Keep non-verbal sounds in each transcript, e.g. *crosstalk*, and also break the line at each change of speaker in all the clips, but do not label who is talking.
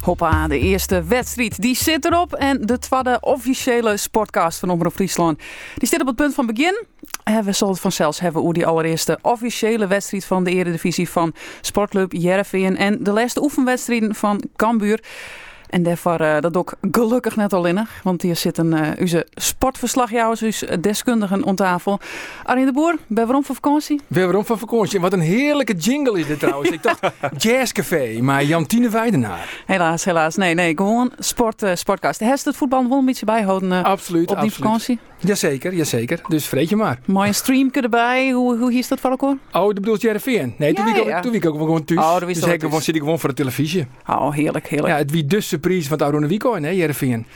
Hoppa, de eerste wedstrijd die zit erop. En de tweede officiële sportcast van Omroep Friesland. Die zit op het punt van begin. En we zullen het vanzelfs hebben hoe die allereerste officiële wedstrijd van de Eredivisie van Sportclub Jereveen. En de laatste oefenwedstrijden van Cambuur. En daarvoor eh, dat ook gelukkig net al in. Want hier zitten eh onze sportverslagjouwers, onze deskundigen om tafel. Arjen de Boer, ben waarom voor vakantie?
Weer waarom van vakantie. En Wat een heerlijke jingle is dit trouwens. Ik
*laughs*
dacht jazzcafé, maar Jantine Weidenaar.
Helaas, helaas. Nee, nee, gewoon sport, eh sportcast. Hest het voetbal wel een beetje bijhouden eh,
Absoluut,
op die
absoluut.
vakantie?
Jazeker, jazeker. Dus vreet je maar.
Mooi een streamke erbij. Hoe, hoe hier is dat voor elkaar?
Oh, dat bedoelt Jereveen? Nee, toen
Ja,
wie ik,
ja.
toen wie ik ook wel gewoon thuis.
Oh, dat wist
dus
wel
ik
thuis.
gewoon, zit ik gewoon voor de televisie.
Oh, heerlijk, heerlijk.
Ja, het wie dus surprise van het Arone Wiekoin, hè Jereveen.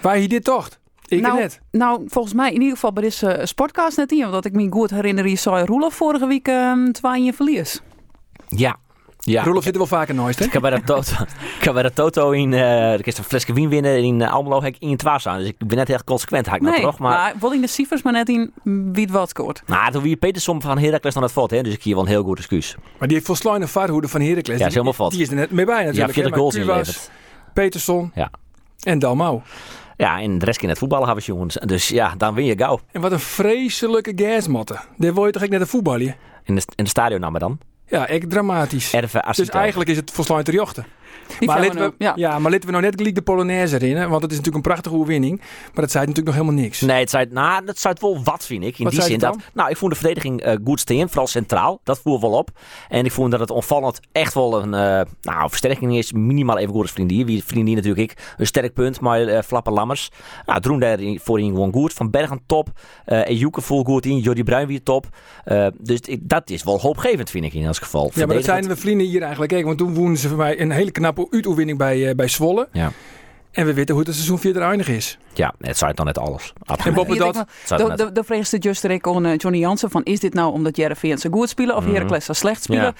Waar hier dit tocht? Ik
nou,
net.
nou, volgens mij in ieder geval bij deze eh, sportcast net hier. Omdat ik me goed herinner, je zei Roelof vorige week ehm twaaien je verlies.
Ja. Ja.
Roelof zit er wel vaker naast, hè?
Ik heb bij dat Toto,
*laughs*
ik heb bij dat Toto in, eh ik is een flesje wien winnen in eh, Almelo heb ik in het waar staan. Dus ik ben net heel consequent, haak ik nou
nee,
toch? Maar,
wel in de cijfers, maar net in wie het wat scoort.
maar toen wie Petersom van Heracles dan het valt, hè? Dus ik hier wel een heel goed excuus.
Maar die heeft volslijne vaarhoede van Heracles.
Ja, is
Die-
helemaal fout.
Die is er net mee bij
Ja,
natuurlijk. hè,
40
maar
goals
Cuba's,
ingeleverd.
Peterson
Ja.
en Dalmau.
Ja, en de rest in het voetballen hebben ze jongens. Dus ja, dan win je gauw.
En wat een vreselijke gasmatten. Daar word je toch echt net een voetballer?
In het, in het stadion nou maar dan.
Ja, echt dramatisch.
Erven
Dus
Assitel.
eigenlijk is het volslijnd te jochten.
Die
Maar
vrouwen
laten, we,
ook,
ja.
ja.
maar laten we nou net gelijk de Polonaise erin. hè, Want het is natuurlijk een prachtige overwinning. Maar dat zei natuurlijk nog helemaal niks.
Nee, het zei, nou, dat zei het wel wat, vind ik. In
Wat
die
zei
zin
het
dat. Nou, ik vond de verdediging eh, goed steen, vooral centraal. Dat voer wel op. En ik vond dat het onvallend echt wel een eh, nou, versterking is. Minimaal even goed als Vriendier. Wie Vriendier natuurlijk ik. Een sterk punt, maar eh, Flappen Lammers. Nou, Droen daar in- voorin gewoon goed. Van Bergen top. Eh Ejuke vol goed in. Jordi Bruin weer top. Eh, dus ik- dat is wel hoopgevend, vind ik in elk geval.
ja, maar dat zijn
Verdedigend.
we vrienden hier eigenlijk. Kijk, want toen wonnen ze voor mij een hele knappe uitoefening bij, eh, bij Zwolle.
Ja.
En we weten hoe het seizoen verder eindig is.
Ja, het zei dan net alles. Absoluut.
En Bob-
Hier
dat-
denk ik wel-
Het zei het
de-
net.
de- De vraag is het juist direct aan eh, Johnny Jansen van is dit nou omdat Jereveen zo goed spelen of Heracles zo slecht spelen?
Ja.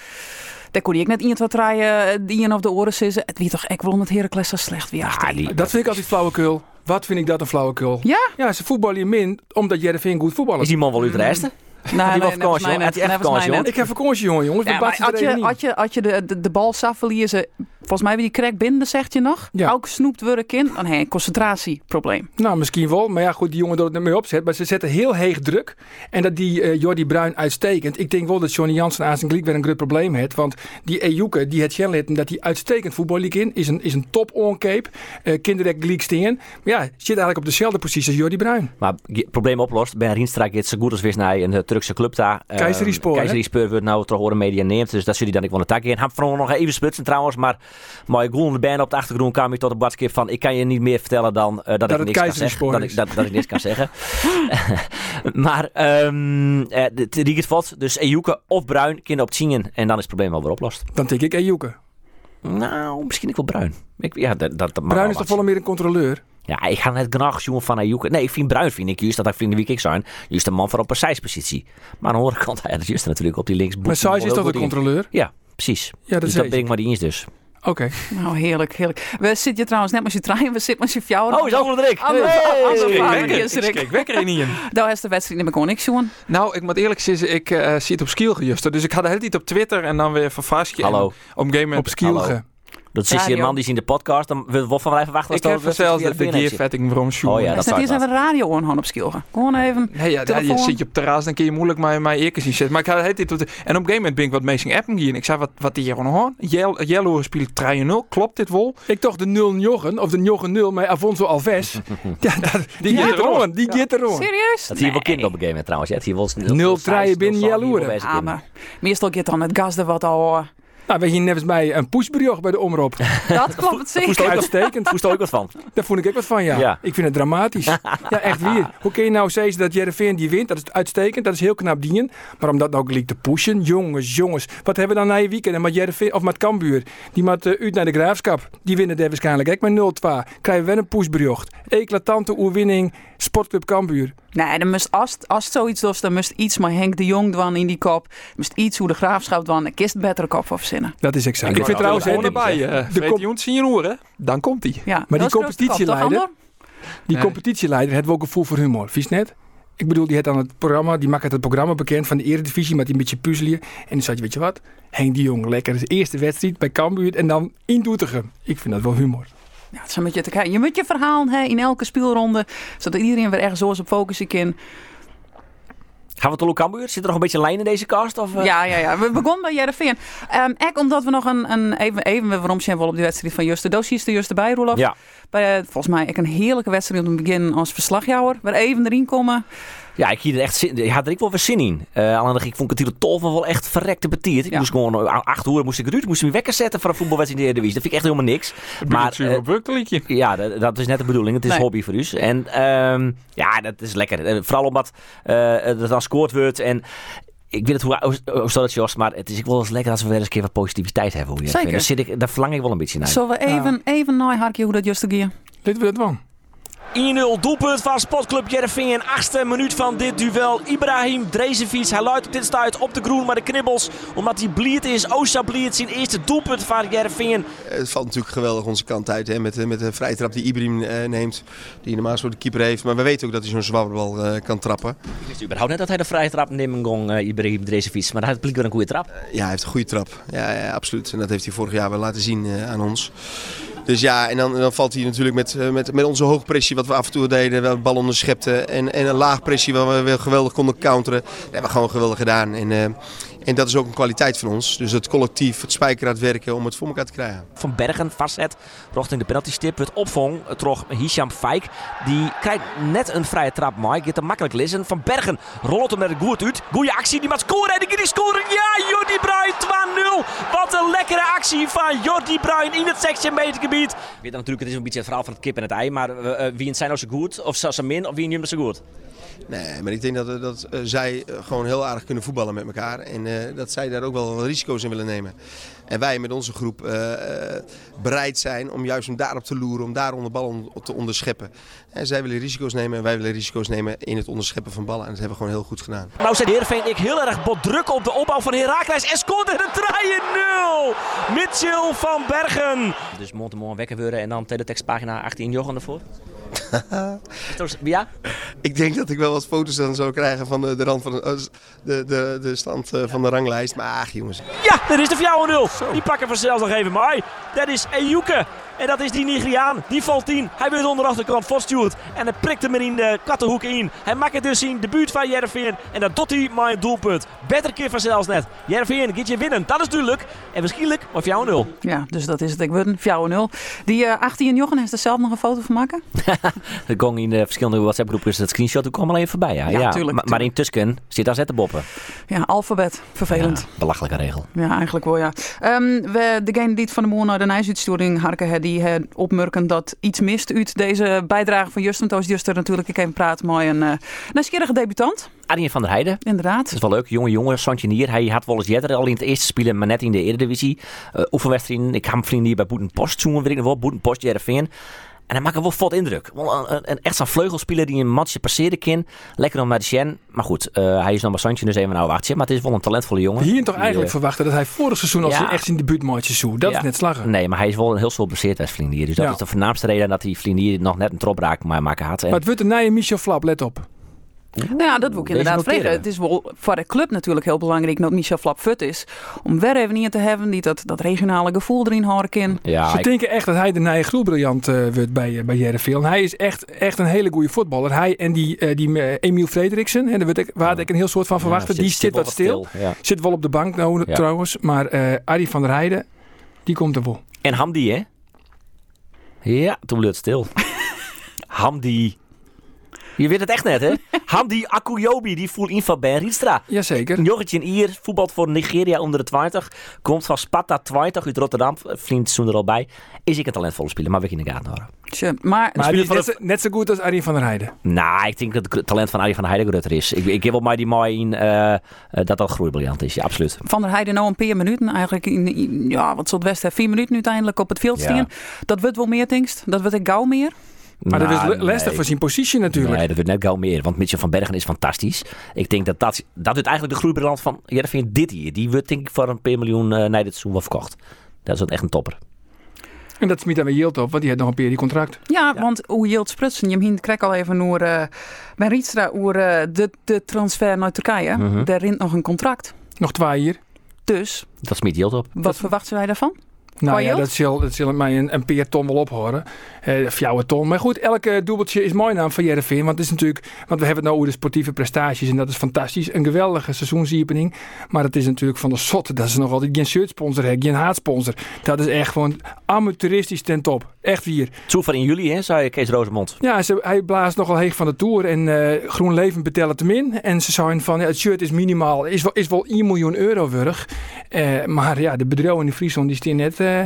Daar kon ik net iemand wat draaien eh, die een of de oren sissen. Het wie toch echt wel omdat Heracles zo slecht weer achter.
Ah, die-
Dat vind ik altijd flauwekul. Wat vind ik dat een flauwekul?
Ja?
Ja, ze voetballen hier min omdat Jervin goed voetballen.
Is die man wel uit de rest?
Nou,
Die
nee,
wel
nee, volgens
vakantie,
mij
hoor. Had hij
net.
echt
Nee, volgens
vakantie,
mij
hoor?
net.
Ik heb vakantie, jongen, jongens.
Ja,
Ja,
maar had, je,
niet.
had, je, had je de, de, de bal zag verliezen, volgens mij bij die crack binden, zegt je nog.
Ja.
Ook snoept worden kind. Dan heb je een concentratieprobleem.
Nou, misschien wel. Maar ja, goed, die jongen dat het net mee opzet. Maar ze zetten heel heeg druk. En dat die eh, Jordi Bruin uitstekend. Ik denk wel dat Johnny Jansen aan zijn kliek weer een groot probleem heeft. Want die Ejuke, die het Shenlitten, dat die uitstekend voetballiek in. Is een, is een top oncape. eh Kinderdek League steen. Maar ja, zit eigenlijk op dezelfde positie als Jordi Bruin.
Maar het probleem oplost. Ben Rienstra gaat zo goed als weer naar een eh, Turkse club daar. Eh,
Kayserispor, hè?
Kayserispor wordt nou toch horen media neemt. Dus dat zullen die dan ik wel een takje in. Gaan vroeger nog even splitsen trouwens. Maar mooie goelende band op de achtergrond kwam je tot de badskip van... Ik kan je niet meer vertellen dan eh, dat,
het
ik niks kan zeggen.
Kayserispor
Dat
is.
ik, dat, dat ik niks kan
*laughs*
zeggen. *laughs* maar ehm eh Riegert Vot, dus Ejuke of Bruin, kinderen op Tingen. En dan is het probleem alweer oplost.
Dan denk ik Ejuke.
Nou, misschien ik wel Bruin. Ik, ja, dat, dat, dat mag wel
Bruin is
wat
toch wel meer een controleur.
ja, ik ga net graag jongen van Ayouk. Nee, ik vind Bruin vind ik juist dat hij vrienden wie ik zijn. Juist een man van op een zijspositie. Maar aan de andere kant, *laughs* ja, dat is natuurlijk op die links.
Maar Saiz is toch de controleur?
Ja, precies.
Ja, dat
dus
is
dat ben
hij.
ik maar niet eens
Oh,
dus.
Oké.
Nou, heerlijk, heerlijk. We zitten hier trouwens net met je trein, we zitten met je fjouwer.
Oh, is allemaal Rick.
Allemaal- allemaal
Hey.
vader, die is er.
wekker in hier.
*laughs* Daar is de wedstrijd niet meer kon ik, Sjoen.
Nou, ik moet eerlijk zeggen, ik eh, zie het op Skiel gejuster. Dus ik had de hele tijd op Twitter en dan weer van Vasje.
Hallo.
en Op game
Op Skielge.
Dat is hier
Radio.
een man die is in de podcast. Dan wil Wolf van wij verwachten.
Ik
als
heb
dat-
zelfs
dat- dat-
de, de
dat- dat-
gearvetting waarom Sjoen.
Oh ja,
Ja,
dat
dat staat
zou
hier
ik
zijn we de radio aan op Skilgen. Gewoon even.
Nee, ja, daar- je
Telefoon.
zit je op het terras, dan kun je moeilijk maar mijn eerkens zien zitten. Maar ik had de hele tijd op de- En op een gegeven moment ben ik wat meesting appen hier. En ik zei, wat, wat die hier nog aan? Jel- Jello speelt 3-0, klopt dit wel?
Ik toch de 0 Jochen, of de Jochen 0 met Afonso
*laughs*
Alves. ja, dat, die
Ja?
gaat er aan. Die gaat er aan.
Serieus?
Dat hier wel
Nee.
kinderen op een game trouwens. Ja, dat hier wel
Nul treien binnen jaloeren.
Ah, maar meestal gaat dan het gas er wat al.
*laughs*
eh,
Nou, weet je, net als bij een pushbrioche bij de omroep.
Dat klopt het
Voest
zeker.
ook,
Uitstekend.
voest ook wat van.
Daar vond ik ook wat van, ja.
Ja.
Ik vind het dramatisch. ja,
*laughs*
echt weer. Hoe kun je nou zeggen dat Jereveen die wint? Dat is uitstekend, dat is heel knap dienen. Maar om dat nou gelijk te pushen, jongens, jongens. Wat hebben we dan na je weekend? En met Jereveen, of met Kambuur, die met eh, uit naar de Graafschap. Die winnen daar waarschijnlijk ook met 0-2. Krijgen we wel een pushbericht. Eclatante oerwinning, Sportclub Kambuur.
Nee, dan moest, als, het- als het zoiets was, dan moest iets maar Henk de Jong dwan in die kop. Moest iets hoe de graafschap dwan. Ik kist betere kop verzinnen.
Dat is exact.
Ik, vind trouwens
hè,
Nou, gewoon
die,
erbij. eh,
de
Fred
kop-
Joens in je oor, hè? Dan komt hij.
Ja,
die
dat is grootste kop, toch,
competitieleider-
Andor?
die
Nee.
competitieleider heeft wel gevoel voor humor. Vies net? Ik bedoel, die had aan het programma, die maakt het programma bekend van de Eredivisie, maar die een beetje puzzelen. En toen zei je, weet je wat, Henk de Jong, lekker. Dus eerste wedstrijd bij Cambuur en dan in Doetinchem. Ik vind dat wel humor.
Ja, het is een beetje te kijken. Je moet je verhaal hè, in elke speelronde, zodat iedereen weer ergens anders op focussen kan.
Gaan we tot Lokambuur? Zit er nog een beetje lijn in deze cast? Of, eh?
Ja, ja, ja. We begonnen bij Jereveen. Ehm echt omdat we nog een, een even, even waarom zijn we wel op de wedstrijd van Juste Dossiers de Juste bij, Roelof.
Ja.
Bij, eh, volgens mij echt een heerlijke wedstrijd om te beginnen als verslagjouwer. Waar even erin komen.
Ja, ik, hier echt zin, ik had er ik wel weer zin in. Eh alleen ik vond het hier tof maar wel echt verrekte betiert. Ik
Ja.
moest gewoon eh, acht uur moest ik eruit, moest ik me wekker zetten voor een voetbalwedstrijd in de Eredivisie. Dat vind ik echt helemaal niks. Maar eh,
op Wukkelitje.
ja, dat, dat is net de bedoeling. Het is
Nee.
hobby voor u. En ehm, ja, dat is lekker. En vooral omdat eh, het dan scoort wordt en ik weet het hoe hoe- hoe staat het Jos, maar het is ook wel eens lekker als we weer eens een keer wat positiviteit hebben. Hoe je dat
Zeker.
vindt. Daar, zit ik, daar verlang ik wel een beetje naar.
Zullen we even, even naaiharkje hoe dat Juste Gear.
Dit we dat wel.
1-0 doelpunt van Sportclub Jereveen in 8e minuut van dit duel. Ibrahim Drezevic, hij luidt op dit stuit op de groen, maar de knibbels, omdat hij bliert is. Osa bliert zijn eerste doelpunt van Jereveen.
Het valt natuurlijk geweldig onze kant uit hè, met, met de vrije trap die Ibrahim eh, neemt. Die normaal gesproken de keeper heeft. Maar we weten ook dat hij zo'n zwabberbal eh, kan trappen.
Ik wist überhaupt net dat hij de vrije trap nemen gong, eh, Ibrahim Drezevic, maar hij had blijkbaar een goede trap.
Ja, hij heeft een goede trap. Ja, ja, absoluut. En dat heeft hij vorig jaar wel laten zien eh, aan ons. Dus ja, en dan, en dan valt hij natuurlijk met, eh, met, met onze hoogpressie, wat we af en toe deden, wel de bal onderschepten. En, en een laagpressie waar we weer geweldig konden counteren. Dat hebben we gewoon geweldig gedaan. En, eh, en dat is ook een kwaliteit van ons. Dus het collectief, het spijkerhard werken om het voor elkaar te krijgen.
Van Bergen vastzet, rochting de penaltystip, wordt opvong, trog Hisham Fijk. Die krijgt net een vrije trap, Mike. Dit te makkelijk lissen. Van Bergen rolt hem naar de Goert uit. Goeie actie, die maakt scoren en die kan die scoren. Ja, Jordi Bruin 2-0. Wat een lekkere actie van Jordi Bruin in het 16 meter gebied. Ik weet natuurlijk, het is een beetje het verhaal van het kip en het ei. Maar wie zijn nou zo goed? Of zo min? Of wie niet zo goed?
Nee, maar ik denk dat, dat eh, zij eh, gewoon heel aardig kunnen voetballen met elkaar. En eh, dat zij daar ook wel risico's in willen nemen. En wij met onze groep eh, eh, bereid zijn om juist om daarop te loeren, om daar onder ballen on- te onderscheppen. En zij willen risico's nemen en wij willen risico's nemen in het onderscheppen van ballen. En dat hebben we gewoon heel goed gedaan.
Nou zet Heerenveen ik heel erg bot druk op de opbouw van Herakles en scoorde de 3-0. Mitchell van Bergen. Dus Montemon wekker worden en dan teletextpagina 18 Johan ervoor. ja?
Ik denk dat ik wel wat foto's dan zou krijgen van de, de, rand van de, eh, de, de, de stand eh, van de ranglijst. Maar ach jongens,
Ja, dat is de Fjouwer 0. Die pakken vanzelf nog even maar. Dat is Ejuke. En dat is die Nigeriaan. Die valt 10. Hij werd onder de achterkant voortstuurd. En hij prikt hem er in de kattenhoeken in. Hij maakt het dus in de buurt van Jervin. En dat doet hij maar een doelpunt. Better keer vanzelfs net. Jervin, gaat je winnen. Dat is duidelijk. En waarschijnlijk maar Fjouwer 0.
Ja, dus dat is het. Ik word een 0. Die eh 18 Jochen heeft er zelf nog een foto van maken.
Er ging in de verschillende WhatsApp-groepen dat screenshot, toen kwam al even voorbij. Ja,
Ja, tuurlijk,
Maar,
tuurlijk.
maar intussen zit daar zetten boppen.
Ja, alfabet. Vervelend.
belachelijke regel.
Ja, eigenlijk wel, ja. Ehm, we, degene die het van de morgen naar de Nijsuitsturing harken, hè, die hè, opmerken dat iets mist uit deze bijdrage van Justin. Toos Juster natuurlijk, ik even praten met een eh nieuwsgierige debutant,
Arjen van der Heijden.
inderdaad.
Dat is wel leuk. Jonge jongen, Santjenier. Hij had wel eens jetter al in het eerste spelen, maar net in de Eredivisie. Eh oefenwedstrijden. Ik ga hem vrienden hier bij Boeten Post zoeken, weet ik nog wel. Boeten Post, Jereveen. En hij maakt wel vlot indruk. Wel een, een, een echt zo'n vleugelspeler die een matje passeren kan. Lekker om naar de Shen. Maar goed, eh, hij is dan bij Santje dus even een oude wachtje. Maar het is wel een talentvolle jongen.
Hier toch
Die,
eigenlijk
eh,
verwachten dat hij vorig seizoen als
Ja.
een echt in de buurtmaatje zoe. Dat
Ja.
is net slaggen.
Nee, maar hij is wel een heel veel blesseerd als Vlindier. Dus dat
Ja.
is de voornaamste reden dat hij Vlindier nog net een tropraak maar maken had. En
Maar het wordt een nije Michel Flap, let op.
Nou ja, dat wil ik
Deze
inderdaad
noteren
vragen.
we.
Het is wel voor de club natuurlijk heel belangrijk dat Michel Flap fut is. Om weer even in te hebben die dat, dat regionale gevoel erin horen kan.
ja,
Ze
Ah, ik-
denken echt dat hij de nije groelbriljant eh, wordt bij, eh, bij JRVL. En Hij is echt, echt een hele goede voetballer. Hij en die, eh, die eh, Emiel Frederiksen, hè, daar werd ik- waar had ik een heel soort van
Ah. ja,
verwachten. die zit,
wel
wat stil.
Ja.
Zit wel op de bank nou,
Ja.
trouwens. Maar eh Arie van der Heijden, die komt er wel.
En Hamdi, hè? Ja, toen bleef het
*laughs*
stil. Hamdi. Je weet het echt net, hè?
*laughs*
Hamdi Akuyobi, die voelt in van Ben Rietstra.
Jazeker.
Een jochetje in Ier, voetbalt voor Nigeria onder de 20. Komt van Sparta 20 uit Rotterdam. eh, Vriend zoen er al bij. Is ik een talentvolle speler, maar we in de gaten houden.
Tje, maar,
Maar die is
van
net, zo- net zo goed als Arie van der Heijden.
Nou, ik denk dat het talent van Arie van Heidegger er is. Ik, ik heb wel mij die mooi in eh, eh, dat dat groeibriljant is. Ja, absoluut.
Van der Heijden nou een paar minuten eigenlijk. In, in- ja, wat zal het best hebben? Vier minuten uiteindelijk op het veld
Ja.
staan. Dat wordt wel meer, denkst. Dat wordt ik gauw meer.
Maar dat
Nou,
is le- lastig
nee.
voor zijn positie natuurlijk.
Nee, dat wordt net gauw meer. Want Mitchell van Bergen is fantastisch. Ik denk dat dat, dat wordt eigenlijk de groeibriljant van Jervin dit hier. Die wordt denk ik voor een paar miljoen eh naar dit seizoen wel verkocht. Dat is dan echt een topper.
En En dat smiet dan weer Jilt op, want die had nog een periode contract.
Ja, want hoe Jilt Sprutsen, je hint krijg al even over eh Ben Rietstra over eh, de, de transfer naar Turkije.
Mhm.
Daar rint nog een contract.
Nog twee hier.
Dus
Dat smiet Jilt op.
wat verwachten wij daarvan?
Nou
Qua
ja,
Jilt?
dat zal, dat zal mij een, een peer ton wel ophoren. Eh fjouwe ton. Maar goed, elke dubbeltje is mooi naam van Jereveen. Want het is natuurlijk, want we hebben het nou over de sportieve prestaties. En dat is fantastisch. Een geweldige seizoensopening. Maar het is natuurlijk van de zotte dat ze nog altijd geen shirtsponsor hebben. Geen haatsponsor. Dat is echt gewoon amateuristisch ten top. Echt hier.
Zo van in juli, hè, zei Kees Rosemond.
Ja, ze, hij blaast nogal heeg van de Tour en eh Groen Leven betellen te min. En ze zijn van, ja, het shirt is minimaal, is wel, is wel 1 miljoen euro wurg. Eh, maar ja, de bedrijven in Friesland die staan net eh,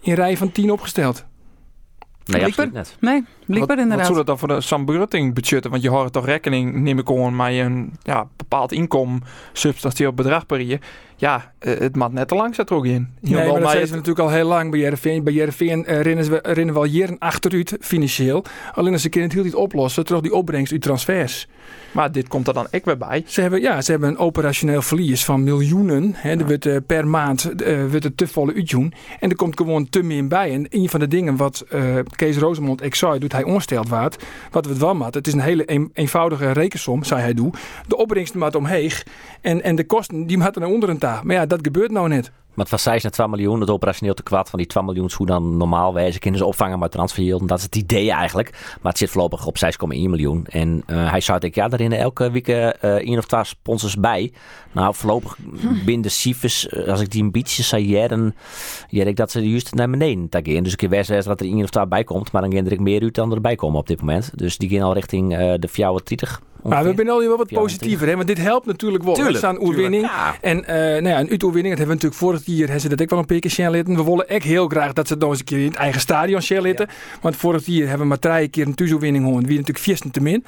in rij van 10 opgesteld.
Nee,
Blijkbaar.
absoluut net.
Nee, blijkbaar
wat, wat
inderdaad.
zou dat dan voor de sambutting budgetten? Want je houdt toch rekening, neem ik aan, met een ja, bepaald inkomen, substantieel bedrag per jaar. Ja, eh, het maakt net te lang zat er ook in.
nee,
Je wil
maar dat
mij
zijn
het-
ze natuurlijk al heel lang bij Jereveen. Bij Jereveen eh, rennen, ze, rennen we al jaren achteruit financieel. Alleen als ze kunnen het heel niet oplossen, terug die opbrengst uit transfers.
maar dit komt er dan ik weer bij.
Ze hebben, ja, ze hebben een operationeel verlies van miljoenen. Hè. Er wordt, eh, per maand eh, wordt er te volle uitjoen. En er komt gewoon te min bij. En een van de dingen wat eh, Kees Rosemond ik zei, doet hij onsteld waard. Wat we het wel maat. Het is een hele een- eenvoudige rekensom, zei hij doe. De opbrengst maat omheeg. En, en de kosten die maat naar onder een taal. Maar ja, dat gebeurt nou net.
Maar het was 6 naar 2 miljoen, het operationeel te kwaad van die 2 miljoen, hoe dan normaal wijze kunnen ze opvangen maar transferhield. Dat is het idee eigenlijk. Maar het zit voorlopig op 6,1 miljoen. En eh, hij zou denk ik, ja, daar in elke week eh één of twee sponsors bij. Nou, voorlopig binnen de cijfers, eh, als ik die een beetje zou jaren, jaren ik dat ze juist naar beneden te gaan. Dus ik wist dat er één of twee bij komt, maar dan gaan er ook meer uit dan erbij komen op dit moment. Dus die gaan al richting eh, de 34.
Maar Ah, we
ongeveer.
zijn al wel wat
Ja,
positiever, hè? want dit helpt natuurlijk wel.
Tuurlijk,
het is een oerwinning.
Ja.
En eh nou ja, een uitoefening, dat hebben we natuurlijk vorig jaar, hebben ze dat ik wel een paar keer zien litten. We willen echt heel graag dat ze het nog eens een keer in het eigen stadion zien litten. Want vorig jaar hebben we maar drie keer een thuisoefening gehad. Wie natuurlijk viersten te min.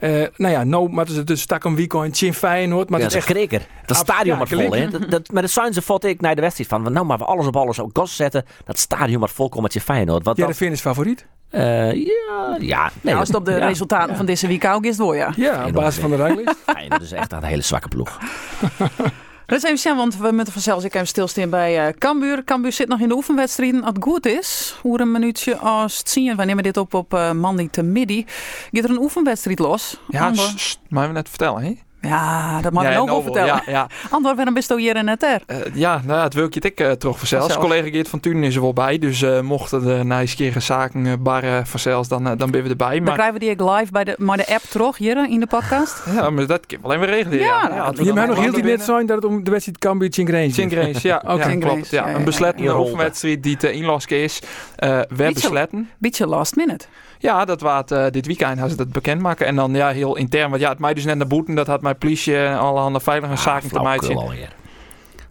Eh, nou ja, nou, maar het dus stak een weekend in Feyenoord. Maar
Ja,
het
dat
is
is
echt
een krikker. Dat
Ab-
stadion
ja,
maar vol, hè.
klikken.
Dat, dat, maar dat zijn ze, vond ik, naar de wedstrijd van. want Nou, maar we alles op alles op gas zetten. Dat stadion maar volkomen je Feyenoord. Want
ja,
dat,
de Finn is favoriet.
eh, ja, ja. Nee,
Nou, als het op de
ja,
resultaten van deze week ook is, door ja.
Ja, op basis van de
*laughs*
ranglijst.
Feyenoord is echt een hele zwakke ploeg.
Dat is even zien, want we moeten vanzelf ik even stilstaan bij eh Cambuur. Cambuur zit nog in de oefenwedstrijden. Als het goed is, hoe een minuutje als het zien. We nemen dit op op eh Mandy te midden. Gaat er een oefenwedstrijd los?
Ja,
Andor.
sst, sst, maar we net vertellen, hè?
ja dat mag
ja,
ik ook
nou
wel
wel,
vertellen.
Ja, ja.
Andor, waarom bist u hier en net er?
Eh, ja, nou, het wil ik je het ik eh, toch vanzelfs.
Vanzelf.
Collega Geert van Tunen is er wel bij. Dus eh, mochten de nijskere zaken eh, barren vanzelfs, dan, eh, dan ben we erbij.
Dan
Maar,
krijgen we die ook live bij de, maar de app terug hier eh, in de podcast.
ja, maar dat kunnen we alleen maar regelen.
Ja, nou, dat
hadden we
Je
dan
mag nog
wel
heel die net
winnen.
zijn dat het om de wedstrijd Cambuur Chingrain
Sint
is.
Grace,
*laughs*
ja,
Oké.
ja,
Sint
klopt.
Grace,
Ja,
ja, ja,
een beslettende
ja.
oefenwedstrijd die te inlasken is. Eh we
Niet zo-
besletten.
Beetje last minute.
Ja, dat waard eh, dit weekend gaan ze dat bekendmaken. En dan ja, heel intern. Want ja, het mij dus net naar boeten. Dat had mijn politie en alle handen veilige
Ah,
zaken te
Flauwekul
maken.
alweer.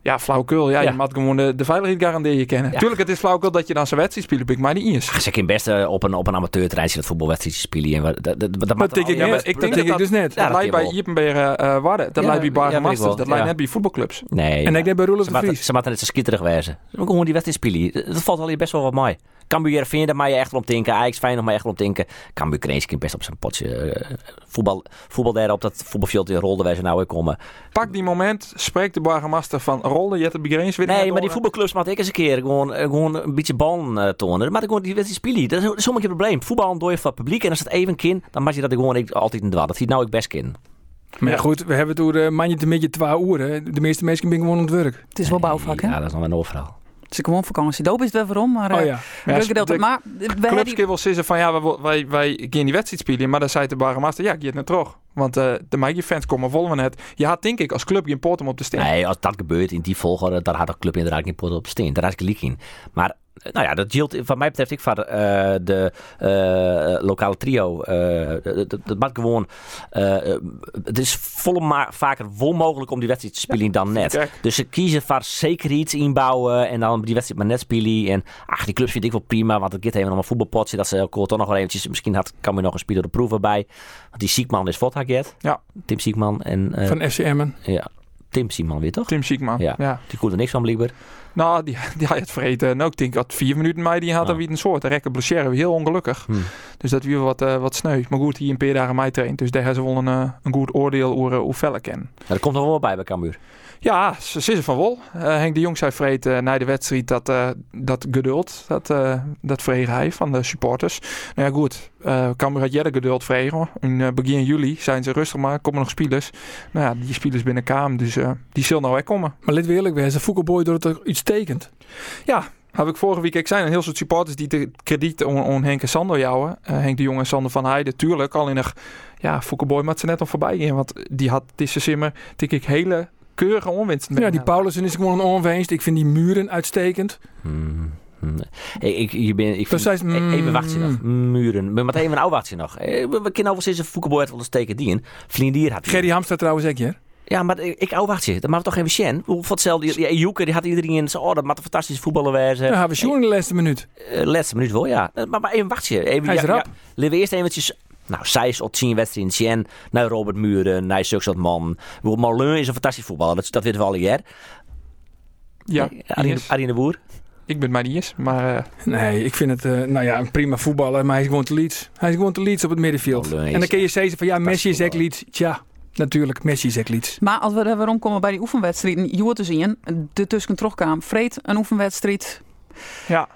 Ja, flauwekul. Ja,
Ja.
je moet gewoon de, de veiligheid garanderen je kennen.
Ja.
Tuurlijk, het is flauwekul dat je dan zijn wedstrijd speelt. Ben ik maar niet eens.
Ach, Ze kunnen best eh, op een, op een amateurterreintje dat voetbalwedstrijdje spelen. En wat- dat, dat, dat, maakt
Dat
dan
denk ik
al-
Ja, maar
net.
ik denk
Dat denk ik
dat-
dus net.
Ja,
dat
dat
lijkt
ken je
bij
wel.
Iepenbeer eh Warden. Dat
Ja,
lijkt bij
ja,
Bargen
weet ik
Masters.
wel.
Dat lijkt
Ja.
net bij voetbalclubs.
Nee.
En ik denk bij Roelof
Ze
de
maakten-
Vries.
Ze maakten net een skitterig wijze. Maar gewoon die wedstrijd spelen. Dat valt wel hier best wel wat mooi. Cambuur vind daar mag je echt wel om denken. Ajax Feyenoord mag je echt wel om denken. Cambuur Kreens kind best op zijn potje. eh, voetbal, voetbal daar op dat voetbalveld in Rolde wij ze nou weer komen.
Pak die moment. Spreek de Bargemaster van Rolde. Jette Begreens.
Nee, maar die voetbalclubs maakt ik eens een keer gewoon, eh, gewoon een beetje bal eh, tonen. Maar gewoon die wedstrijd spelen. Dat is, dat is sommige probleem. Voetbal doe je voor het publiek. En als het even kind, dan mag je dat gewoon ik, altijd in dwaal. Dat ziet nou ik best kind.
Maar ja, goed, we hebben het door eh, manje te midden twee uren. De meeste mensen zijn gewoon aan het werk.
Het is wel bouwvak, hè?
Ja, dat is nog een overal.
Het is gewoon vakantie. Doop is het wel waarom, maar... eh,
Oh ja.
druk gedeelte.
de
maar eh, we hebben
clubs
die-
kunnen wel zeggen van ja, wij, wil- wij, wij gaan die wedstrijd spelen. Maar dan zei de Bargemaster, ja, ik ga het naar terug. Want eh, de Mikey fans komen vol van het. Je had denk ik als club geen pot om op te steken.
Nee, als dat gebeurt in die volgorde, dan had de club inderdaad geen pot op steen. Daar had ik gelijk in. Maar eh, nou ja, dat geldt wat mij betreft ik van eh, de eh, lokale trio. eh, dat- dat- dat maakt gewoon. eh, eh, het is volle maar vaker wel mogelijk om die wedstrijd te spelen dan net.
Kijk,
Dus ze kiezen voor zeker iets inbouwen en dan die wedstrijd maar net spelen. En ach, die clubs vind ik wel prima, want het gaat even om een voetbalpotje. Dat ze elke keer toch nog wel eventjes, misschien had, kan er nog een speler de proeven bij. Want die Siekman is Votaget.
Ja.
Tim Siekman en eh,
Van FC Emmen.
ja, Tim Siekman weer toch?
Tim Siekman.
Ja.
Ja.
Die koelde niks van blijkbaar.
Nou, die, *laughs* die had het vreten. En ook denk ik, had vier minuten mij die had
Ja.
er weer een soort. De rekken blessure, heel ongelukkig.
Hmm.
Dus dat weer wat, eh, wat sneu. Maar goed, hier een paar dagen mij traint. Dus daar hebben ze wel een, eh, een goed oordeel over eh, hoe felle kennen.
Ja, dat komt nog wel bij bij Cambuur.
Ja, ze ze is er van wol. Eh, Henk de Jong zei vreed eh, na de wedstrijd dat, eh, dat geduld, dat, eh dat vreeg hij van de supporters. Nou ja, goed. eh Cambuur had jelle geduld vregen. hoor. In eh, begin juli zijn ze rustig maar, komen nog spelers. Nou ja, die spelers binnen KM, dus eh, die zullen nou wegkomen.
Maar let we eerlijk zijn, zijn voetbalboy doet het toch uitstekend.
Heb ik vorige week, ik zijn een heel soort supporters die de krediet om, om Henk en Sander jouwen. Eh, Henk de Jong en Sander van Heijden, tuurlijk. Alleen nog, ja, Foukeboy maakt ze net om voorbij gaan. Want die had deze simmer, denk ik, hele keurige onwinst.
Ja, die Paulussen is gewoon een onweenst. Ik vind die muren uitstekend.
Hmm. Hmm. Ik, ik, je ben, ik
Dat
vind, e,
zei ze, mm.
even wacht je nog. Muren. Maar wat even nou wacht je nog. Eh, We, we kennen al sinds een voetbalboy uit wel eens tegen die in. Vlindier had die.
Gerry Hamstra trouwens ook, ja.
Ja, maar eh, ik, ik oude wacht je. Dat maakt toch geen Shen? Voor hetzelfde. Ja, Joeken, die had iedereen in. zijn- Oh, dat maakt een fantastische voetballer wezen.
Dan hebben we Sjoerd in de laatste minuut.
Eh, laatste minuut wel, ja. Eh, Maar, maar even wacht je. Even,
Hij is
ja,
rap.
ja. Laten we eerst eventjes... Nou, zij is al tien wedstrijden in Sien. Naar Robert Muren, naar Suksat Man. Malin is een fantastisch voetballer. Dat, dat weten we al een jaar.
Ja,
Eh, Arjen,
Ines.
Arjen de Boer.
ik ben maar die is. Maar eh,
Nee, ik vind het eh, nou ja, een prima voetballer, maar hij is gewoon te leads. Hij is gewoon te leads op het middenveld.
Malin is
En dan kun je zeggen van ja, Messi is echt
voetballer.
leads. Tja, natuurlijk, Messi is echt leads.
Maar als we er weer omkomen bij die oefenwedstrijden, je hoort dus in, de Tusken terugkwam. Vreed een oefenwedstrijd.
ja.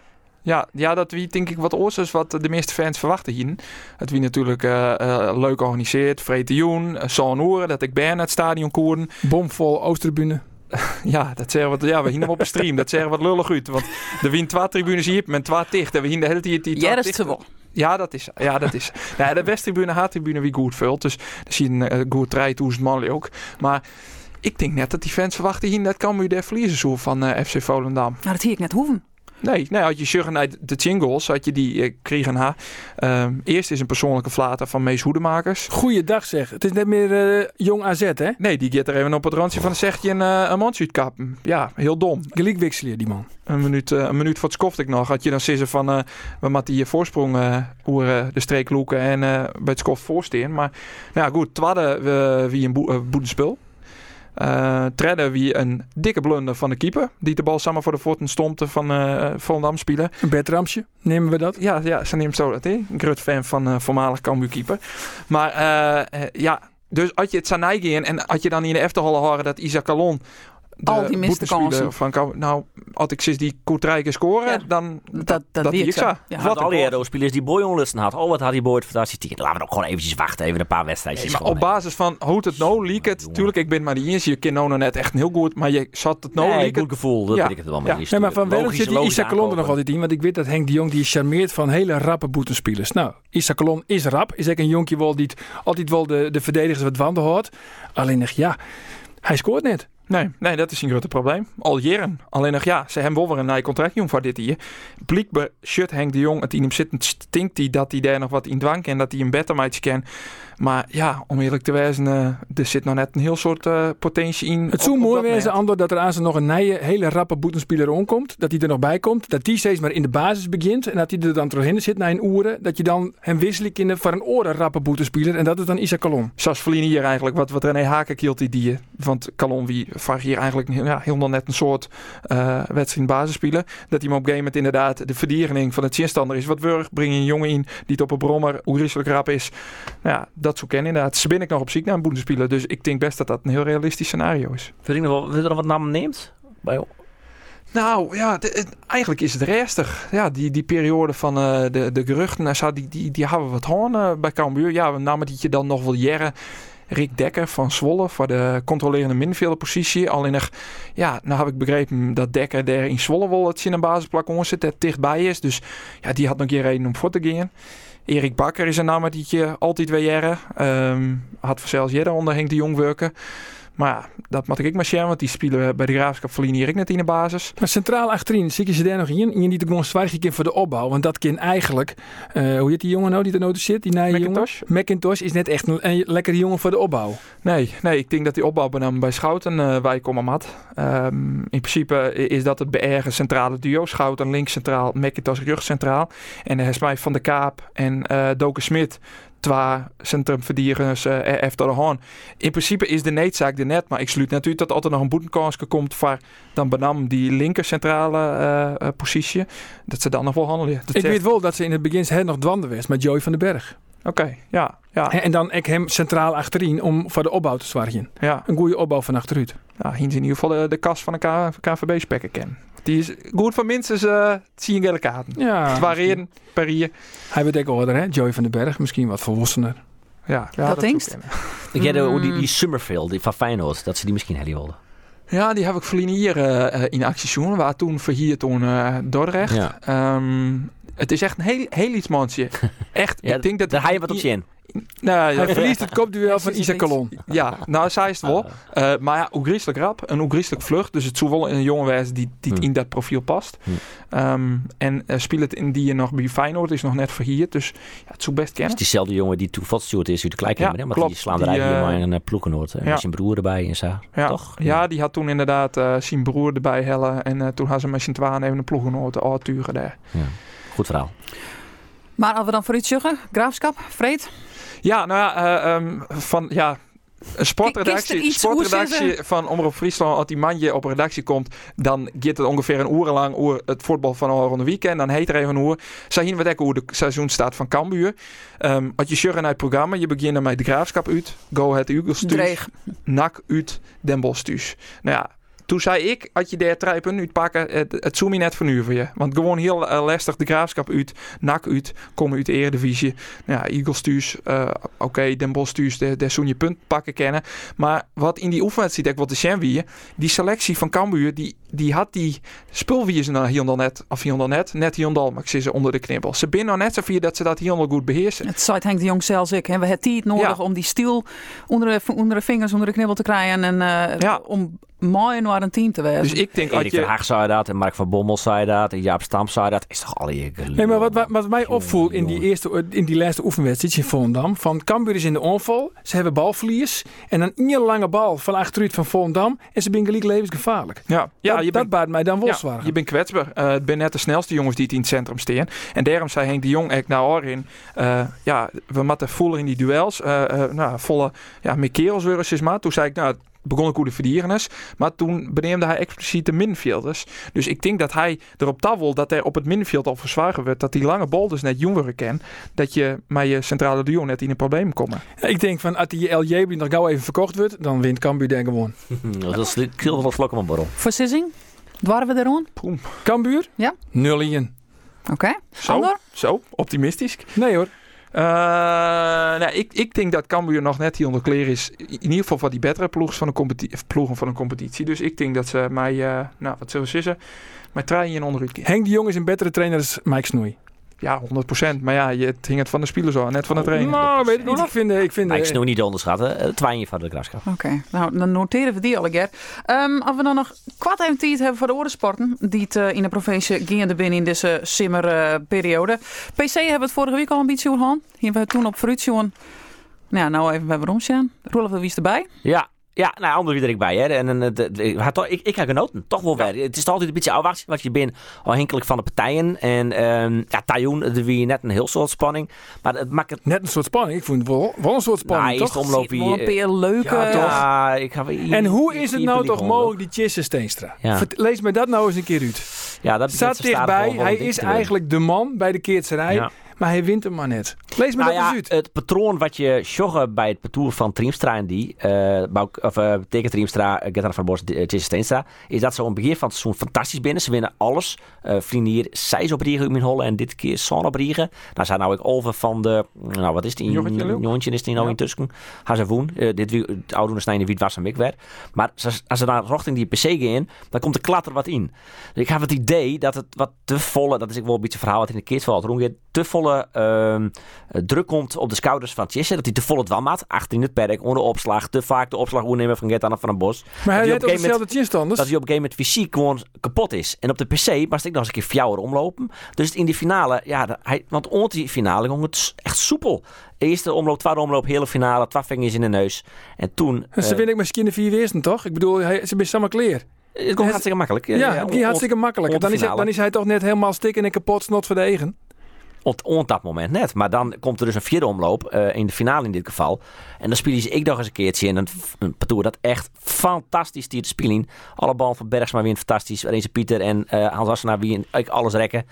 Ja, ja, dat wie denk ik wat oors wat de meeste fans verwachten hier. Het wie natuurlijk eh, eh, leuk organiseert. Vreten Joen, uh, dat ik ben naar het stadion koeren.
Bomvol Oosterbune.
*laughs* Ja, dat zeggen wat, ja, we hingen hem op een stream. Dat zeggen wat lullig uit. Want er wien twee tribunes hier en twee ticht. En we hingen de hele tijd die twee
Jerst
ticht.
te wel.
Ja, dat is. Ja, dat is. nou, de westtribune, H-tribune, wie goed vult. Dus er zien een goed rij, manly ook. Maar ik denk net dat die fans verwachten hier dat kan u de verliezen zo van eh, FC Volendam.
Nou, dat hier ik net hoeven.
Nee, nee, had je Sjuggen uit de Jingles, had je die eh, kregen ha. Ehm, eerst is een persoonlijke flater van Mees Hoedemakers.
Goeiedag zeg. Het is net meer eh, jong AZ, hè?
Nee, die gaat er even op het randje van zegt je een, eh, een mans uitkappen. Ja, heel dom.
Gelijk wisselen die man.
Een minuut, eh, een minuut voor het skoft ik nog. Had je dan zissen van, eh, we moeten die voorsprong eh hoe eh, de streek loeken en eh, bij het skoft voorsteen. Maar nou ja, goed, twadde eh, wie een boe- eh, boedenspul. Eh Tredde wie een dikke blunder van de keeper. Die de bal samen voor de voorten stompte van eh Volendam spelen.
Een bedramsje, nemen we dat?
Ja, ja, ze neemt zo dat in. Een Grut fan van eh, voormalig Cambuur keeper. Maar eh, eh, ja, dus had je het Sanai in en had je dan in de Efterhallen horen dat Isaac Calon de
Al die miste
boetenspeler
kansen.
Van, Cambuur- nou, had ik sinds die Koetrijken scoren,
Ja.
dan
Dat, dat,
die
weet ik zo.
Ja.
Wat
Wat
al
een
die
goal.
Euro-spelers die boy onlusten had. Oh, wat had die boy het fantastisch team. Laten we ook gewoon eventjes wachten. Even een paar wedstrijdjes.
Nee, maar
gewoon
op basis van hoe het nou leak het.
Jongen.
Tuurlijk, ik ben maar die eens. Je kind nou net echt heel goed, maar je zat het
even.
nou
Nee,
leak
goed
het.
gevoel. Dat
Ja.
weet ik het wel.
Ja.
die is
Nee, maar van
natuurlijk
Willem
logische,
zit die
logische
Isaac Kalon er nog
aankopen.
altijd in. Want ik weet dat Henk de Jong die charmeert van hele rappe boetenspielers. Nou, Isaac Kalon is rap. Is ook een jonkje wel die het- altijd wel de, de verdedigers wat wanden houdt. Alleen nog, ja, hij scoort net.
Nee, nee, dat is een grote probleem. Al jaren. Alleen nog ja, ze hebben wel weer een nieuw contract jong voor dit hier. Blijkbaar shut Henk de Jong het in hem zitten. Stinkt hij dat hij daar nog wat in dwang en dat hij een better match kan. Maar ja, om eerlijk te wezen, eh, er zit nog net een heel soort eh, potentie in.
Het
op-
zou
op
mooi
dat
wezen,
moment.
Andor, dat er aan ze nog een nije, hele rappe boetenspeler omkomt. Dat hij er nog bij komt. Dat die steeds maar in de basis begint. En dat hij er dan doorheen zit na een oeren. Dat je dan hem wisselen kan voor een oren rappe boetenspeler. En dat is dan Isaac Kalon.
Zoals Verlien hier eigenlijk, wat, wat René Haken kielt die die. Want Calon wie vraagt hier eigenlijk ja, helemaal net een soort eh wedstrijd basisspelen. Dat hij hem op game moment inderdaad de verdiening van het tegenstander is. Wat wurg, breng je een jongen in die het op een brommer, hoe griezelig rap is. Nou ja, dat zo kennen inderdaad. Ze ben ik nog op ziek naar een boendespieler. Dus ik denk best dat dat een heel realistisch scenario is.
Vind ik nog wel, wil je er nog wat namen neemt? Bij
Nou ja, de- het- eigenlijk is het restig. Ja, die, die periode van eh, de, de geruchten, en zo, die, die, die hebben we wat hoorn eh, bij Cambuur. Ja, we namen die je dan nog wel jaren. Rick Dekker van Zwolle voor de controlerende middenvelderpositie. Alleen nog, ja, nou heb ik begrepen dat Dekker daar in Zwolle wel het zin en basisplak om zit, dat dichtbij is. Dus ja, die had nog een reden om voor te gaan. Erik Bakker is een naam die je altijd weer jaren. Ehm, had zelfs jaren onder Henk de Jong werken. Maar ja, dat moet ik maar zien, want die spelen bij de Graafschap verliezen hier ik net in de basis.
Maar centraal achterin, zie je ze daar nog in? In die de gewoon zwijgen kan voor de opbouw. Want dat kan eigenlijk... eh, hoe heet die jongen nou die er nou tussen zit? Die nije jongen?
McIntosh?
McIntosh is net echt een, een lekkere jongen voor de opbouw.
Nee, nee, ik denk dat die opbouwbenam bij Schouten eh wij komen mat. Ehm, in principe is dat het beërgen centrale duo. Schouten links centraal, McIntosh rug centraal. En de mij Van de Kaap en eh Doken Smit. twee centrumverdedigers uh, efter de hand. In principe is de neetzaak er net, maar ik sluit natuurlijk dat altijd nog een boetenkans komt voor dan Benam die linker centrale uh, uh, positie. Dat ze dan nog wel handelen.
ik weet wel dat ze in het begin heel nog dwanden was met Joey van den Berg.
Oké, okay, ja, ja.
En dan ik hem centraal achterin om voor de opbouw te zwargen.
Ja.
Een goede opbouw van achteruit.
Nou, hier in ieder geval de, de kas van een KVB-spekker kennen. Die is goed voor minstens uh, 10 gele kaarten.
Ja.
Waarin, per hier.
Hij weet ook order, hè? Joey van den Berg, misschien wat volwassener.
Ja,
ja dat, denkst.
Ik heb mm. die, die Summerfield die van Feyenoord, dat ze die misschien heel wilden.
Ja, die heb ik verleden hier uh, in actie zien. Waar toen verhier toen uh, Dordrecht. Ja. Um, het is echt een heel, heel iets mansje. Echt,
ja,
ik denk dat...
Daar ga je wat op zin.
Nou, hij verliest het kopduel van Isaac Kalon.
Ja, nou, zij is het wel. Uh, maar ja, oegriestelijk rap, een oegriestelijk vlucht. Dus het zou wel een jongen wijze die, die hmm. in dat profiel past. Hmm. Um, en uh, speelt het in die je nog bij Feyenoord is nog net verhierd. Dus ja, het zou best kennen.
Het is diezelfde jongen die toevalstuurd is uit de Kleikheimer. Ja, hè? maar klopt, die slaan eruit uh, hier maar in een ploekenoord. En ja. zijn broer erbij en zo,
ja.
toch?
Ja, die had toen inderdaad eh, zijn broer erbij hellen. En eh, toen hadden ze met z'n twaalf even een ploegenoord, Arthur daar.
Goed verhaal.
Maar als we dan voor iets zeggen, graafschap, vreed?
Ja, nou ja, uh, um, van ja. Een sportredactie, sportredactie van Omroep Friesland, als die manje op redactie komt, dan gaat het ongeveer een uur lang oer het voetbal van al rond de weekend. Dan heet er even een uur. Zij zien wat ik hoe de seizoen staat van Cambuur. Um, als je sjurren naar het programma, je begint met de Graafschap uit, Go Ahead Eagles
Dreeg.
NAC uit, Den Bosch thuis. Nou ja, toen zei ik, had je daar drie punten uitpakken, het, het zoom je net van nu voor je. Want gewoon heel uh, lastig, de Graafschap uit, NAC uit, komen uit de Eredivisie. Nou ja, Eagles thuis, uh, oké, okay, Den Bosch thuis, daar, daar zoen je punt pakken kennen. Maar wat in die oefenwedstrijd, ik wat de Shenwier, die selectie van Cambuur, die, die had die spulwier ze nou hier dan net, of hier dan net, net hier dan, maar ik zit ze onder de knibbel. Ze binnen nou net zo vier dat ze dat hier dan goed beheersen.
Het zei Henk de Jong zelfs ik, hè. we hebben het nodig ja. om die stiel onder de, onder de vingers, onder de knibbel te krijgen en uh, ja. om mooi naar een team te wezen.
Dus ik denk
Erik je... Haag zei dat en Mark van Bommel zei dat en Jaap Stam zei dat. Is toch al je
Nee, maar wat, wat, wat mij opvoel in die, eerste, in die laatste oefenwedstrijd in Volendam. Van Cambuur is in de onval. Ze hebben balvliers en dan een lange bal van achteruit van Volendam. En ze zijn gelijk levensgevaarlijk.
Ja, ja
dat, je dat ben... baart mij dan wel
ja, Je bent kwetsbaar. Uh, het ben net de snelste jongens die het in het centrum staan. En daarom zei Henk de Jong echt nou in. Uh, ja, we moeten voelen in die duels. Uh, nou, volle ja, meer kerels weer maar. Toen zei ik nou begon ik hoe de verdierenis. Maar toen beneemde hij expliciet de minfielders. Dus ik denk dat hij erop tafel dat hij op het minfield al verzwagen werd. Dat die lange bal dus net jongeren ken. Dat je met je centrale duo net in een probleem komt.
Ik denk van als die LJ nog gauw even verkocht wordt, dan wint Cambuur denk gewoon.
*laughs* dat is de kill van vlokken van borrel.
Voor Sissing, dwarren we erom?
Cambuur?
Ja.
0-1. Oké.
Okay.
Zo,
Ander?
zo, optimistisch.
Nee hoor.
Uh, nou, ik, ik denk dat Cambuur nog net hier onder kleer is. In ieder geval van die betere ploegen van de, eh, ploegen van een competitie. Dus ik denk dat ze mij, uh, nou wat zullen ze zeggen, mijn trein in onderuit kiezen.
Henk de Jong is een betere trainer dan Mike Snoei.
Ja, 100%. Maar ja, je, het hing het van de spelers zo, net van de trainer.
Nou, weet ik niet. Ik vind... Ik vind eh,
Mike Snoei niet onderschatten. Het twijntje van de graafschap.
Ah.
Oké, okay. nou dan noteren we die al een keer. Um, als we dan nog kwart even tijd hebben voor de oorsporten. Die het uh, in de provincie gingen binnen in deze simmerperiode. Uh, PC hebben we het vorige week al een beetje gehad. Hier hebben we toen op fruit jongen. Nou, nou even bij Bromsjaan. Rolf, wie is erbij?
Ja, ja, nou, andere wie er bij. Hè. En, en, eh, ik, ik heb genoten, toch wel weer. Het is altijd een beetje ouderwets, want je bent afhankelijk van de partijen. En um, ja, Tajoen, er wie net een heel soort spanning. Maar het maakt het...
Net een soort spanning? Ik vond het wel, wel een soort spanning, nou,
toch? omloop
hier... Wel een paar leuke...
Eh, Ja, Ah, toch? Ja, ik ga
weer, eh, en hoe is het nou toch mogelijk, die Chisse Steenstra? Ja. Lees me dat nou eens een keer uit.
Ja, dat
Staat dichtbij, hij is eigenlijk de man bij de keertserij. Ja maar hij wint hem maar net. Lees me
nou
dat
ja,
eens
Het patroon wat je joggen bij het parcours van Triemstra en die, uh, of uh, tegen Triemstra, uh, Gertrude van Bos, Jesse Steenstra, is dat ze aan het begin van het seizoen fantastisch binnen. Ze winnen alles. Uh, Vriendier, zij op Riegen in Holland en dit keer Son op Riegen. Nou zijn nou ik over van de, nou wat is die? Jongetje is die nou ja. intussen. Haar ze woen. Uh, dit het oude Snijden Wiet was en ik werd. Maar als ze daar rochting die PC in, dan komt de klatter wat in. Dus ik heb het idee dat het wat te volle, dat is ik wel een beetje verhaal wat in de keer valt. Roem te volle uh, druk komt op de schouders van Chisse. Dat hij te volle dwam had. Achter in het perk, onder opslag. Te vaak de opslag nemen van Gertan van den Bos.
Maar hij heeft hetzelfde Chisse
anders. Dat hij op een gegeven moment fysiek gewoon kapot is. En op de PC was ik nog eens een keer fjouwer omlopen. Dus in die finale, ja, hij, want onder die finale ging het echt soepel. Eerste omloop, tweede omloop, hele finale. Twee vingers in de neus. En toen... eh,
En ze uh, win ik misschien de vier weersten, toch? Ik bedoel, hij, ze is samen kleer.
Het komt hartstikke makkelijk. eh,
Ja, het ging hartstikke makkelijk. Dan is, hij, dan is hij toch net helemaal stikken en kapot snot voor de eigen.
ont- ontapt moment net. Maar dan komt er dus een vierde omloop, eh, in de finale in dit geval. En dan spelen ze ik nog eens een keertje in een, f- een parcours dat echt fantastisch die te spelen. Alle bal van Bergsma wint fantastisch. Renze Pieter en eh, Hans Wassenaar wien eigenlijk alles rekken.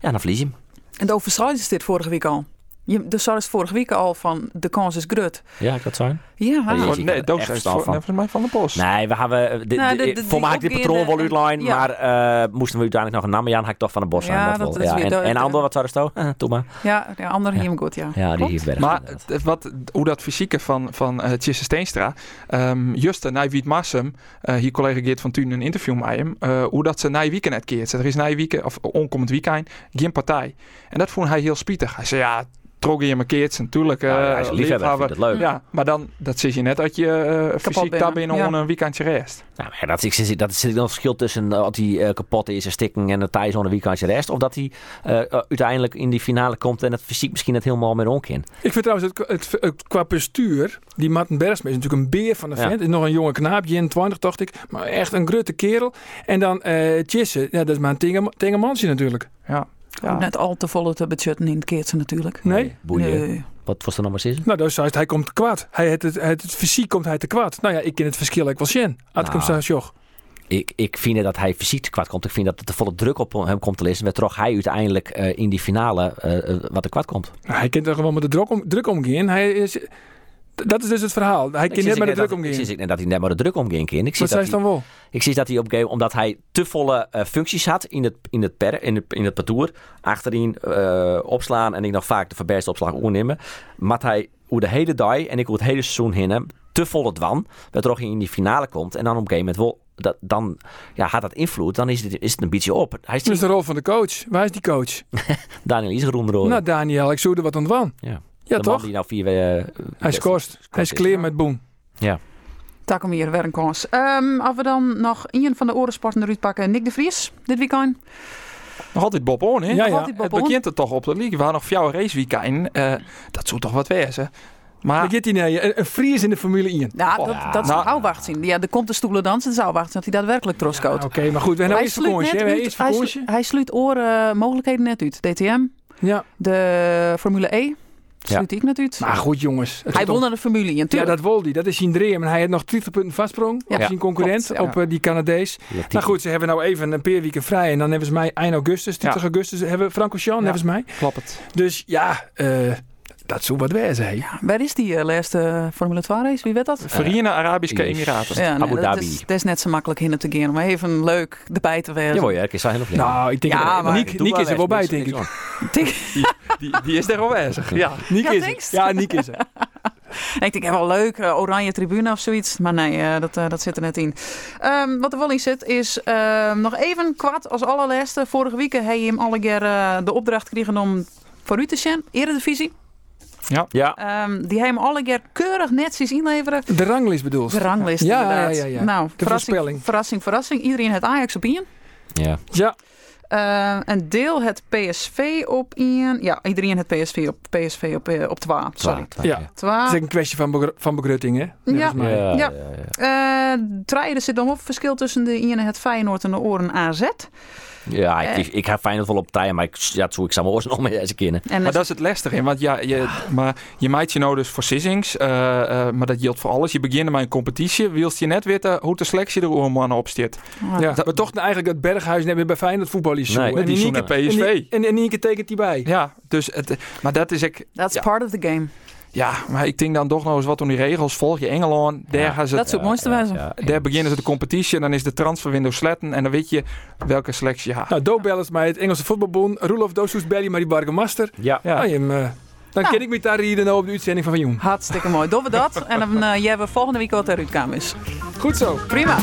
Ja, dan verlies je hem.
En de overschrijden is dit vorige week al. Je, de Sar is vorige week al van de kans is grut.
Ja, dat zijn.
Ja,
Ja,
Oh,
zie ik
nee,
er
doos
echt
is
verstand
voor-
van.
nee, volgens mij van de post.
Nee, we hebben eh, de,
Nou,
de-
de- de-
voor mij had
die
ik dit patroon wel
opgeven
uitlijn,
en- ja.
maar eh, moesten we uiteindelijk nog een namen aan, had ik toch van de bos
Ja,
aan.
dat
wel.
is weer
en,
dood,
en
hè.
Andor, wat zou er zo? *laughs* Eh, Doe maar.
ja, de andere
Ja.
hier goed, ja.
Ja, die
Klopt.
hier weg.
Maar het- wat, hoe dat fysieke van, van eh Tjisse Steenstra, ehm Juste Nijwiet Massum, eh, hier collega Geert van Thun een interview met hem, eh, hoe dat ze na weekend net keert. Er is na weekend, of onkomend weekend, geen partij. En dat vond hij heel spietig. Hij zei ja, trok je me keert, natuurlijk. eh
Ja, hij is een liefhebber, vindt het leuk.
Ja, maar dan, dat zit je net uit je eh fysiek
bent,
daar binnen
ja.
om een weekendje rest.
Nou, maar dat, is, dat is, zit dan het verschil tussen eh, dat hij eh, kapot is en stikken en dat hij zo'n weekendje rest. Of dat hij eh, eh, uiteindelijk in die finale komt en het fysiek misschien net helemaal meer onkin.
Ik vind trouwens, het, het, het- qua postuur, die Martin Bergsma is natuurlijk een beer van de
Ja.
vent. Is nog een jonge knaap, 21 dacht ik. Maar echt een grutte kerel. En dan eh Chisse, ja, dat is maar een tenge- tengemansje natuurlijk.
Ja.
Om Net al te volle te budgetten in het keertje natuurlijk.
Nee?
Boeien.
Nee.
Wat was er nog maar zin?
Nou, dat is juist, hij komt te kwaad. Hij het, het, het, het fysiek komt hij te kwaad. Nou ja, ik ken het verschil ik wel zien. Ad komt
Nou.
zo joch.
Ik, ik vind dat hij fysiek te kwad komt. Ik vind dat het de volle druk op hem komt te lezen. Waardoor hij uiteindelijk eh, in die finale eh, eh, wat te kwad komt.
Nou, hij kent er gewoon met de druk, om, druk omgaan. Hij is, dat is dus het verhaal. Hij
Ik
kent
zie
net met
ik
de
net
druk
dat- Ik
omgaan.
zie ik net dat hij net maar de druk omging. kind. Ik zie
Wat
dat
zei ze
hij-
dan wel?
Ik zie dat hij op een gegeven moment, omdat hij te volle eh, functies had in het, in het, per, in het, in het parcours, achterin eh, opslaan en ik nog vaak de verbergste opslag oornemen, maar hij hoe de hele dag en ik hoe het hele seizoen heen te volle dwan, waardoor hij in die finale komt en dan op een gegeven moment wel, dat, dan ja, had dat invloed, dan is het, is het een beetje op. Hij
Dat is
is
de rol van de coach. Waar is die coach?
Daniel Isegroen erover.
Mm. Nou, Daniel, ik zoek er wat aan dwan.
Ja.
Ja,
de man
toch?
die nou vier eh,
Hij
wedstrijden-
scoort. Hij is clear met Boen.
Ah.
Daar kom hier weer een kans. Ehm, als we dan nog één van de orensporten eruit pakken. Nick de Vries, dit weekend.
Nog altijd Bob On, hè?
Ja, ja.
altijd Bob
Het
On.
begint er toch op de league. We hadden nog jouw race weekend. dat zou toch wat wezen. Maar
Dan gaat hij naar je. Een- Een Fries in de Formule 1.
Ja,
Oh,
dat,
ja.
dat zou
Nou.
Auwacht zien. Ja, er komt de stoelen dansen. Dat zou Auwacht zijn dat hij daadwerkelijk trots
Ja,
koopt.
Oké, maar goed. We hebben nou
hij,
eerst
sluit
vakantie.
net
hè. We
uit-
hebben eerst
hij,
vakantie.
sluit, hij sluit oren eh, mogelijkheden net uit. DTM,
Ja.
de Formule E, sluit ik net uit.
Maar goed, jongens. Het
hij
is toch-
won naar de Formule 1,
Ja,
natuurlijk.
dat wilde hij. Dat is zijn dream. En hij had nog 30 punten vastsprong
Ja.
op zijn concurrent,
Klopt, ja.
op eh, die Canadees.
Latifi.
Nou goed, ze hebben nou even een paar weken vrij. En dan hebben ze mij eind augustus, 20
Ja.
augustus, hebben Franco Jean,
Ja.
hebben ze mij.
klopt het.
Dus ja, eh, dat zou wat wezen. hè.
Waar is die eh, laatste Formule 2 race? Wie weet dat?
Verenigde Arabische
Yes.
Emiraten.
Ja,
Abu
dat,
Dhabi.
is, dat is net zo makkelijk hinnen te gaan. Maar even leuk erbij te
Ja,
wezen.
mooi, hè? Ik zou heel nog
Nou, ik denk
Ja,
dat-
maar-
Niek, Niek is er wel bij, denk ik.
Die, die is daar aanwezig. Ja.
Niek
Ja,
is er.
thanks.
Ja, Niek
*laughs*
is er.
En ik denk, ja, wel leuk, eh, oranje tribune of zoiets. Maar nee, eh, dat, eh, dat zit er net in. Ehm, wat er wel in zit, is ehm, nog even kwart als allerlaatste. Vorige week heb je hem alle keer eh, de opdracht gekregen om voor u te zijn. Eredivisie.
Ja,
Ehm, die hebben hem alle keer keurig netjes inleveren.
De ranglijst bedoel
De
je?
ranglijst
Ja,
inderdaad.
ja, ja, ja.
Nou, verrassing,
voorspelling.
verrassing, verrassing. Iedereen het Ajax op in.
ja.
Ja,
Eh, en deel het PSV op in. Ja, iedereen het PSV op, PSV op, eh, op 12. Sorry.
Twa- twa-
Ja.
Twa.
het is een kwestie van, begr- van begrutting, hè? Net
Ah. Ja.
als mij.
Ja,
Ja.
ja, ja.
Eh Draaien, er zit dan op verschil tussen de Ian en het Feyenoord en de Oren AZ.
Ja, ik,
Eh.
ik, ik ga Feyenoord wel op trein, maar ik, ja, zo, ik zou mijn oors nog mee eens kennen.
En
Maar dat is het lastige. hè, Want ja, je, maar je maakt je nou dus voor sissings. eh, eh, maar dat geldt voor alles. Je begint met een competitie. Wilst je net weten hoe de selectie er om mannen op zit.
Oh,
Ja, maar toch eigenlijk dat Berghuis net weer bij Feyenoord voetbal is. zo.
Nee,
en
Met die
in
zoen
één
naar
keer-
PSV.
En in één keer tekent hij bij.
Ja, dus het, maar dat is ik.
That's
Ja.
part of the game.
Ja, maar ik denk dan toch nog eens wat om die regels. Volg je Engeland. Daar
Ja.
gaan ze
Dat is het mooiste wijze.
Daar beginnen ze de competitie en dan is de transferwindow sletten en dan weet je welke selectie je haalt.
Nou, Dobel is mij het Engelse voetbalbond. Roelof Dooshoes Belly, maar die Bargemaster.
Ja.
Ja.
Nou, je hem, eh, dan
Nou.
ken ik me daar hier nou op de uitzending van Van Jong.
Hartstikke mooi. Doen we dat. En dan eh, jij we volgende week wat eruit kamers.
Goed zo.
Prima.